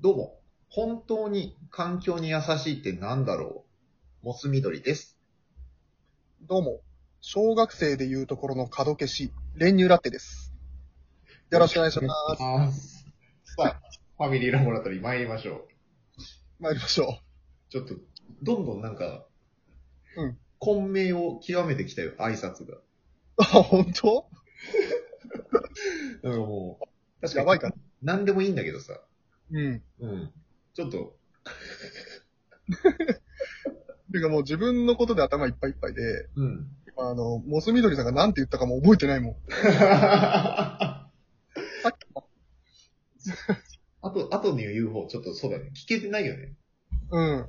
どうも、本当に環境に優しいって何だろうモス緑です。どうも、小学生でいうところの角消し、練乳ラテです。よろしくお願いします。ます。さあ、ファミリーラボラトリー参りましょう。参りましょちょっと、どんどんなんか、うん混迷を極めてきたよ、挨拶が。 う。あ、本当なんかもう、確かやにばいかな。何でもいいんだけどさ。うん。うん。ちょっと、てかもう自分のことで頭いっぱいいっぱいで、 うん。あの、モス緑さんが何て言ったかも覚えてないもん。あさっきもと、あとに言う方、ちょっとそうだね。聞けてないよね。うん。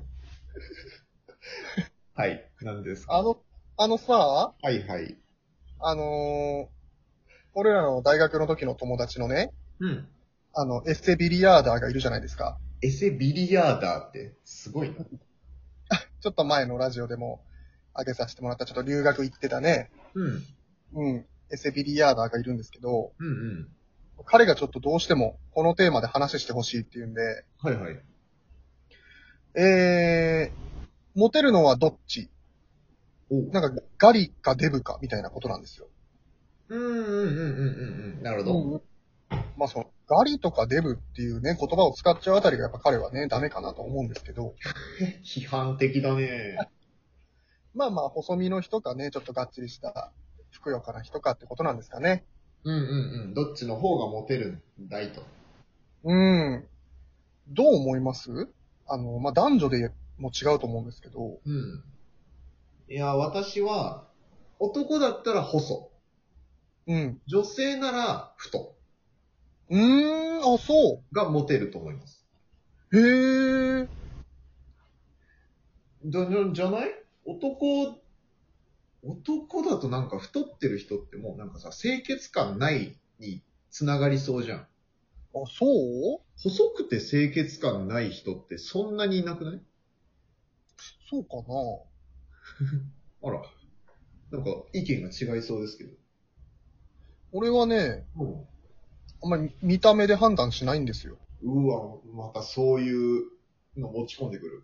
はい。なんですかあの、あのさ、はいはい。あのー俺らの大学の時の友達のね、うん。あの、エッセビリヤーダーがいるじゃないですか。エセビリヤーダーって、すごいな。ちょっと前のラジオでも上げさせてもらった、ちょっと留学行ってたね、うん。うんうん、エッセビリヤーダーがいるんですけど、うん。彼がちょっとどうしてもこのテーマで話してほしいっていうんで、はいはい。えー、モテるのはどっちおうなんかガリかデブかみたいなことなんですよ。うんうんうんうんうんうん。なるほど。まあその、ガリとかデブっていうね、言葉を使っちゃうあたりがやっぱ彼はね、ダメかなと思うんですけど、批判的だね。まあまあ細身の人かね、ちょっとがっちりした、ふくよかな人かってことなんですかね。うんうんうん。どっちの方がモテるんだいと。うん。どう思いますあの、まあ男女でも違うと思うんですけど、うん。いや、私は、男だったら細。うん。女性なら太。うーん、あ、そう。がモテると思います。へー。じゃ、じゃじゃない男、男だとなんか太ってる人ってもうなんかさ、清潔感ないに繋がりそうじゃん。あ、そう細くて清潔感ない人ってそんなにいなくないそうかなあら。なんか意見が違いそうですけど。俺はね、うんあんまり見た目で判断しないんですよ。うわ、またそういうの持ち込んでくる。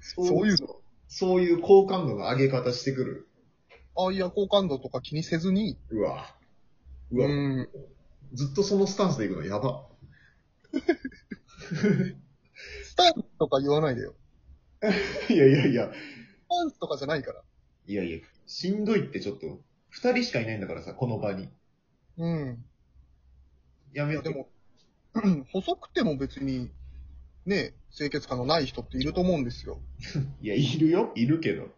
そそういうのそういう好感度の上げ方してくる。ああいや好感度とか気にせずに、うわ。ううわ、ん、ずっとそのスタンスで行くのやば。スタンスとか言わないでよ。 いやいやいや。スタンスとかじゃないから。いやいや、しんどいってちょっと、二人しかいないんだからさ、この場に。うん。やめいよやう。でも、 細くても別に、ね、清潔感のない人っていると思うんですよ。いや、いるよ。いるけど。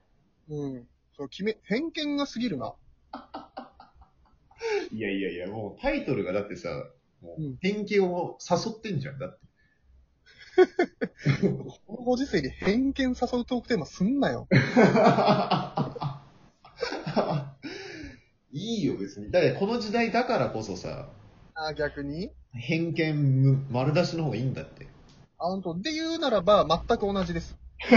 うん。そう、決め、偏見が過ぎるな。いやいやいや、もうタイトルがだってさ、もううん偏見を誘ってんじゃん。だって。このご時世に偏見誘うトークテーマすんな よ。 いいよ、別に。だからこの時代だからこそさ、あー逆に偏見む丸出しの方がいいんだって。あ、ほんと。で言うならば、全く同じです。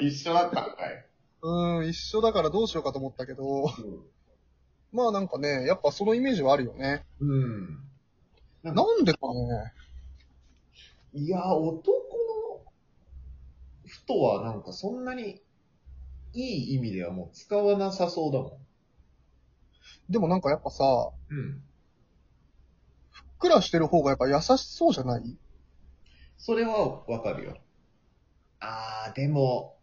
一緒だったんかい。うん、一緒だからどうしようかと思ったけど、まあなんかね、やっぱそのイメージはあるよね。うん。なんでかね。いや、男の人はなんかそんなにいい意味ではもう使わなさそうだもでもなんかやっぱさ、ん。うん。ふっくらしてる方がやっぱ優しそうじゃないそれはわかるよ。あー、でも、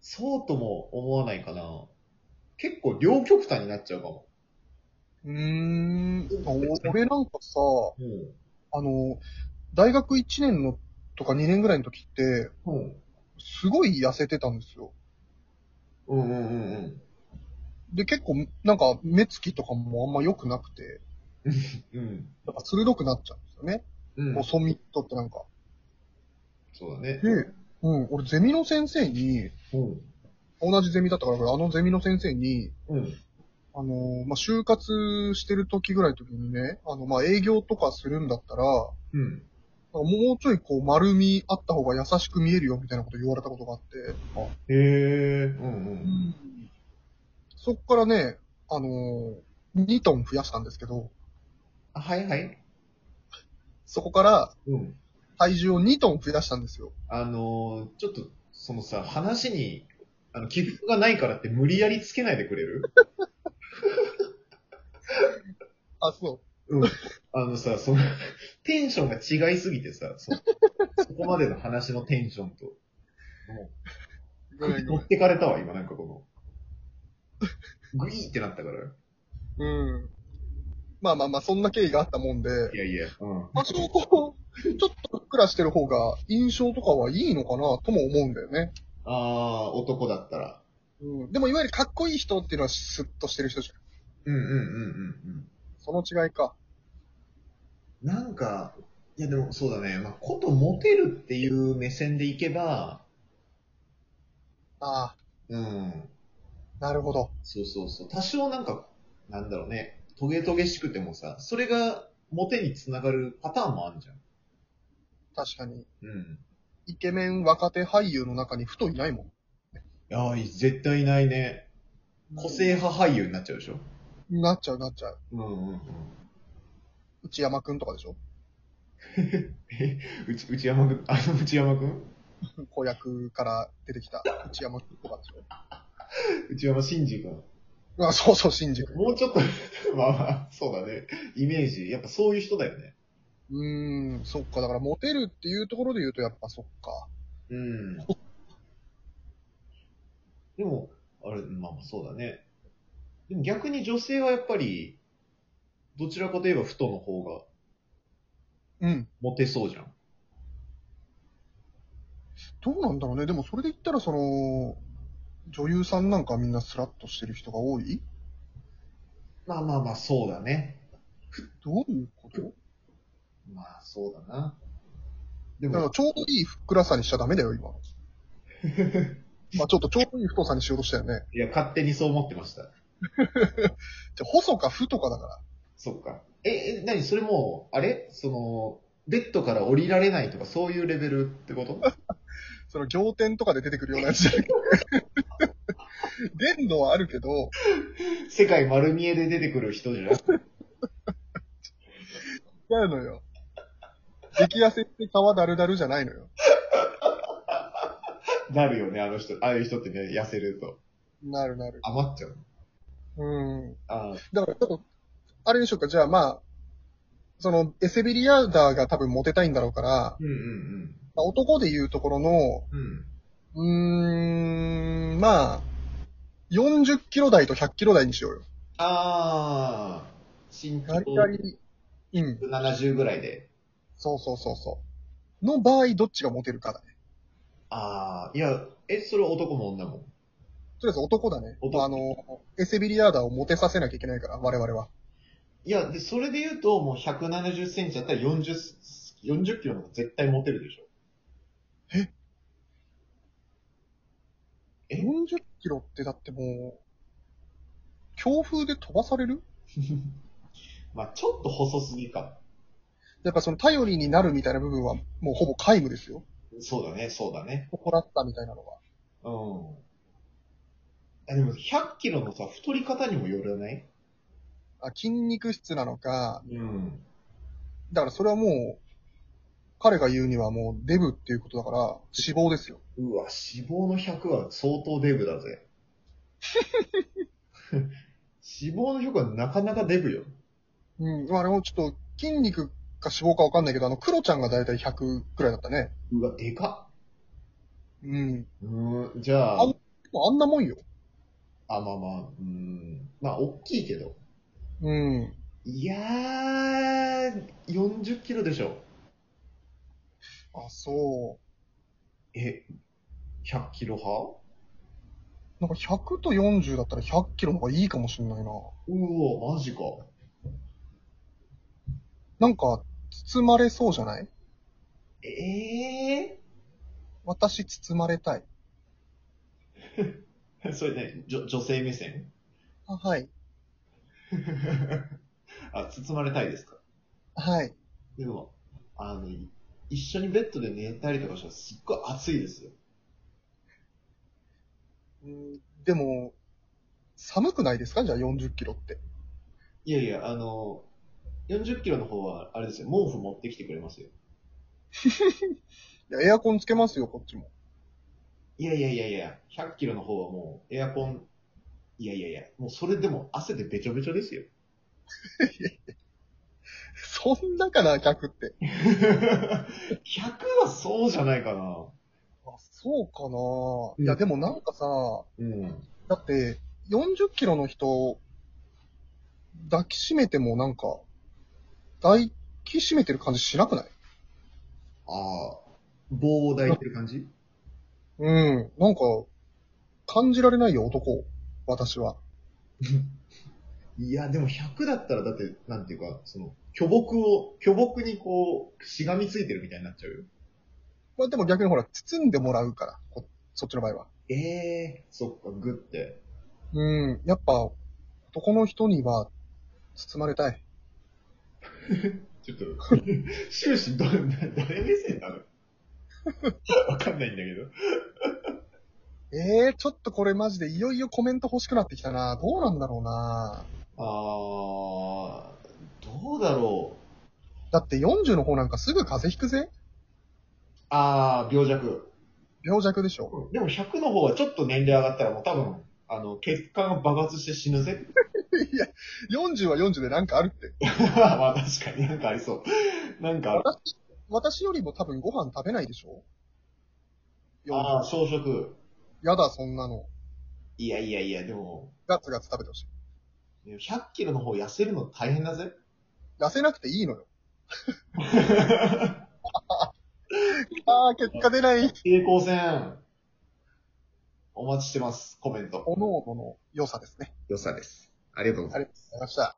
そうとも思わないかな。結構両極端になっちゃうかも。うーん。お俺なんかさ、うん。あの、大学1年のとか2年ぐらいの時って、うん。すごい痩せてたんですよ。うんうんうんで、結構、なんか、目つきとかもあんま良くなくて、うん。やっぱ鋭くなっちゃうんですよね。うん。うん。細身っとってなんか。そうだね。で、うん、俺ゼミの先生に、うん。同じゼミだったから、俺あのゼミの先生に、うん。あのーまあ、就活してる時ぐらいの時にね、あの、まあ、営業とかするんだったら、なんかうん。もうちょいこう丸みあった方が優しく見えるよみたいなこと言われたことがあって、へえ。うんそっからね、あのー、2トン増やしたんですけど、あはいはい。そこからうん。体重を2トン増やしたんですよ。あのーちょっと、そのさ、話に、あの、起伏がないからって無理やりつけないでくれるあ、そあのさ、その、 テンションが違いすぎてさ、そ そこまでの話のテンションと。もう。う、持ってかれたわ、今、なんかこの。 グイーってなったから。 うん。まあまあまあ、そんな経緯があったもんで、いやいや、うん。多少こう、ちょっとふっくらしてる方が印象とかはいいのかなとも思うんだよね。ああ、男だったら。うん。でもいわゆるかっこいい人っていうのはスッとしてる人じゃん。うんうんうんうんうん。その違いか。なんか、いやでもそうだね、まあ、ことモテるっていう目線でいけば、ああ、うん、なるほど。そうそうそう、多少なんか、なんだろうね、トゲトゲしくてもさ、それがモテにつながるパターンもあるじゃん。確かに。うん。イケメン若手俳優の中に太いないもん。いやー、絶対いないね。個性派俳優になっちゃうでしょ。なっちゃうなっちゃう。うんうんうん。内山くんとかでしょ うち、内山くん、あの内山くん子役から出てきた内山くんとかでしょ内山真二くん。あ、そうそう、新宿。もうちょっと、 まあまあ、そうだね。イメージ、やっぱそういう人だよね。うーん、そっか。だから、モテるっていうところで言うと、やっぱそっか。うん。でも、あれ、まあまあそうだね。でも逆に女性はやっぱり、どちらかといえば太の方がうん。モテそうじゃん。どうなんだろうね。でも、それで言ったら、その、女優さんなんかみんなスラッとしてる人が多いまあまあまあそうだね。どういうことまあそうだな。でだから、も、ちょうどいいふっくらさにしちゃダメだよ、今。まあ、ちょっとちょうどいい太さにしようとしたよね。いや勝手にそう思ってました。じゃあ、細か太かだから。そっか。え、え、なにそれもう、あれその、ベッドから降りられないとかそういうレベルってことその仰天とかで出て くるようなやつじゃなくて。伝道はあるけど、世界丸見えで出てくる人じゃん。違うのよ。激痩せって皮だるだるじゃないのよ。なるよね、あの人。ああいう人ってね、痩せると。なるなる。余っちゃう。うん。ああ、だからちょっと、あれでしょうか、じゃあまあ、その、エセビリアーダーが多分モテたいんだろうから、うんうんまあ男で言うところの、うん。うん。うーん、まあ、40キロ台と100キロ台にしようよ。ああ、身ガ長リガリ。うん。 70ぐらいで。そうそうそうそう。の場合、どっちがモテるかだね。ああ、いや、え、それは男も女も。とりあえず男だね。男あの、エセビリアーダーをモテさせなきゃいけないから、我々は。いや、で、それで言うと、もう170センチだったら40、40キロの方が絶対モテるでしょ。え40キロってだってもう、強風で飛ばされるまあちょっと細すぎか。やっぱその頼りになるみたいな部分はもうほぼ皆無ですよ。そうだね、そうだね。誇らったみたいなのが。うん。あでも、100キロのさ、太り方にもよらないあ筋肉質なのか、うん。だからそれはもう、彼が言うにはもうデブっていうことだから、脂肪ですよ。うわ、脂肪の100は相当デブだ ぜ。脂肪の100はなかなかデブよ。うん。まああれもちょっと筋肉か脂肪かわかんないけど、あの、クロちゃんがだいたい100くらいだったね。うわ、でかっ。うん。うーん、じゃあ、あでもあんなもんよ。あ、まあまあ、うーん。まあ、大きいけど。うん。いやー、40キロでしょ。あ、そえ、100キロ派う。なんか100と40だったら100キロの方がいいかもしんないな。うわ、マジか。なんか、包まれそうじゃないえ私包まれたい。ー、 それね、じょ女性目線あはい。 あ、包まれたいですかはい。でも、あの、い一緒にベッドで寝たりとかしたらすっごい暑いですよ。うんでも、寒くないですかじゃあ40キロって。いやいや、あの、 40キロの方は、あれですよ、毛布持ってきてくれますよ。いや、エアコンつけますよ、こっちも。 いやいやいやいや、100キロの方はもう、エアコン、いやいやいや、もうそれでも汗でべちょべちょですよ。 そんなかな、100って。 100はそうじゃないかな。あ、そううかんな。いや、でもなんかさ、うん。だって、40キロの人、抱きしめてもなんか、抱きしめてる感じしなくないああ、棒を抱いてる感じうん。なんか、感じられないよ、男。私は。いや、でも100だったら、だって、なんていうか、その、巨木を、巨木にこう、しがみついてるみたいになっちゃうよ。まあでも逆にほら、包んでもらうから、こそっちの場合は。ええそっか、グって。うん。やっぱ、男の人には、包まれたい。ちょっと、 終始ど、誰目線なの わかんないんだけど。ええー、ちょっとこれマジでいよいよコメント欲しくなってきたな。どうなんだろうな。あー、どうだろう。だって40の方なんかすぐ風邪ひくぜあー、病弱。病弱でしょ。でも100の方はちょっと年齢上がったらもう多分、あの、血管が爆発して死ぬぜ。 いや、40は40でなんかあるって。まあ確かになんかありそう。なんかある。私、私よりも多分ご飯食べないでしょあ40ー、小食。やだ、そんなの。いやいやいや、でも、ガツガツ食べてほしい。 100キロの方痩せるの大変だぜ。痩せなくていいのよ。ああ、結果出ない。平行線。お待ちしてます。コメント。おのおのの良さですね。良さです。ありがとうございますありがとうございました。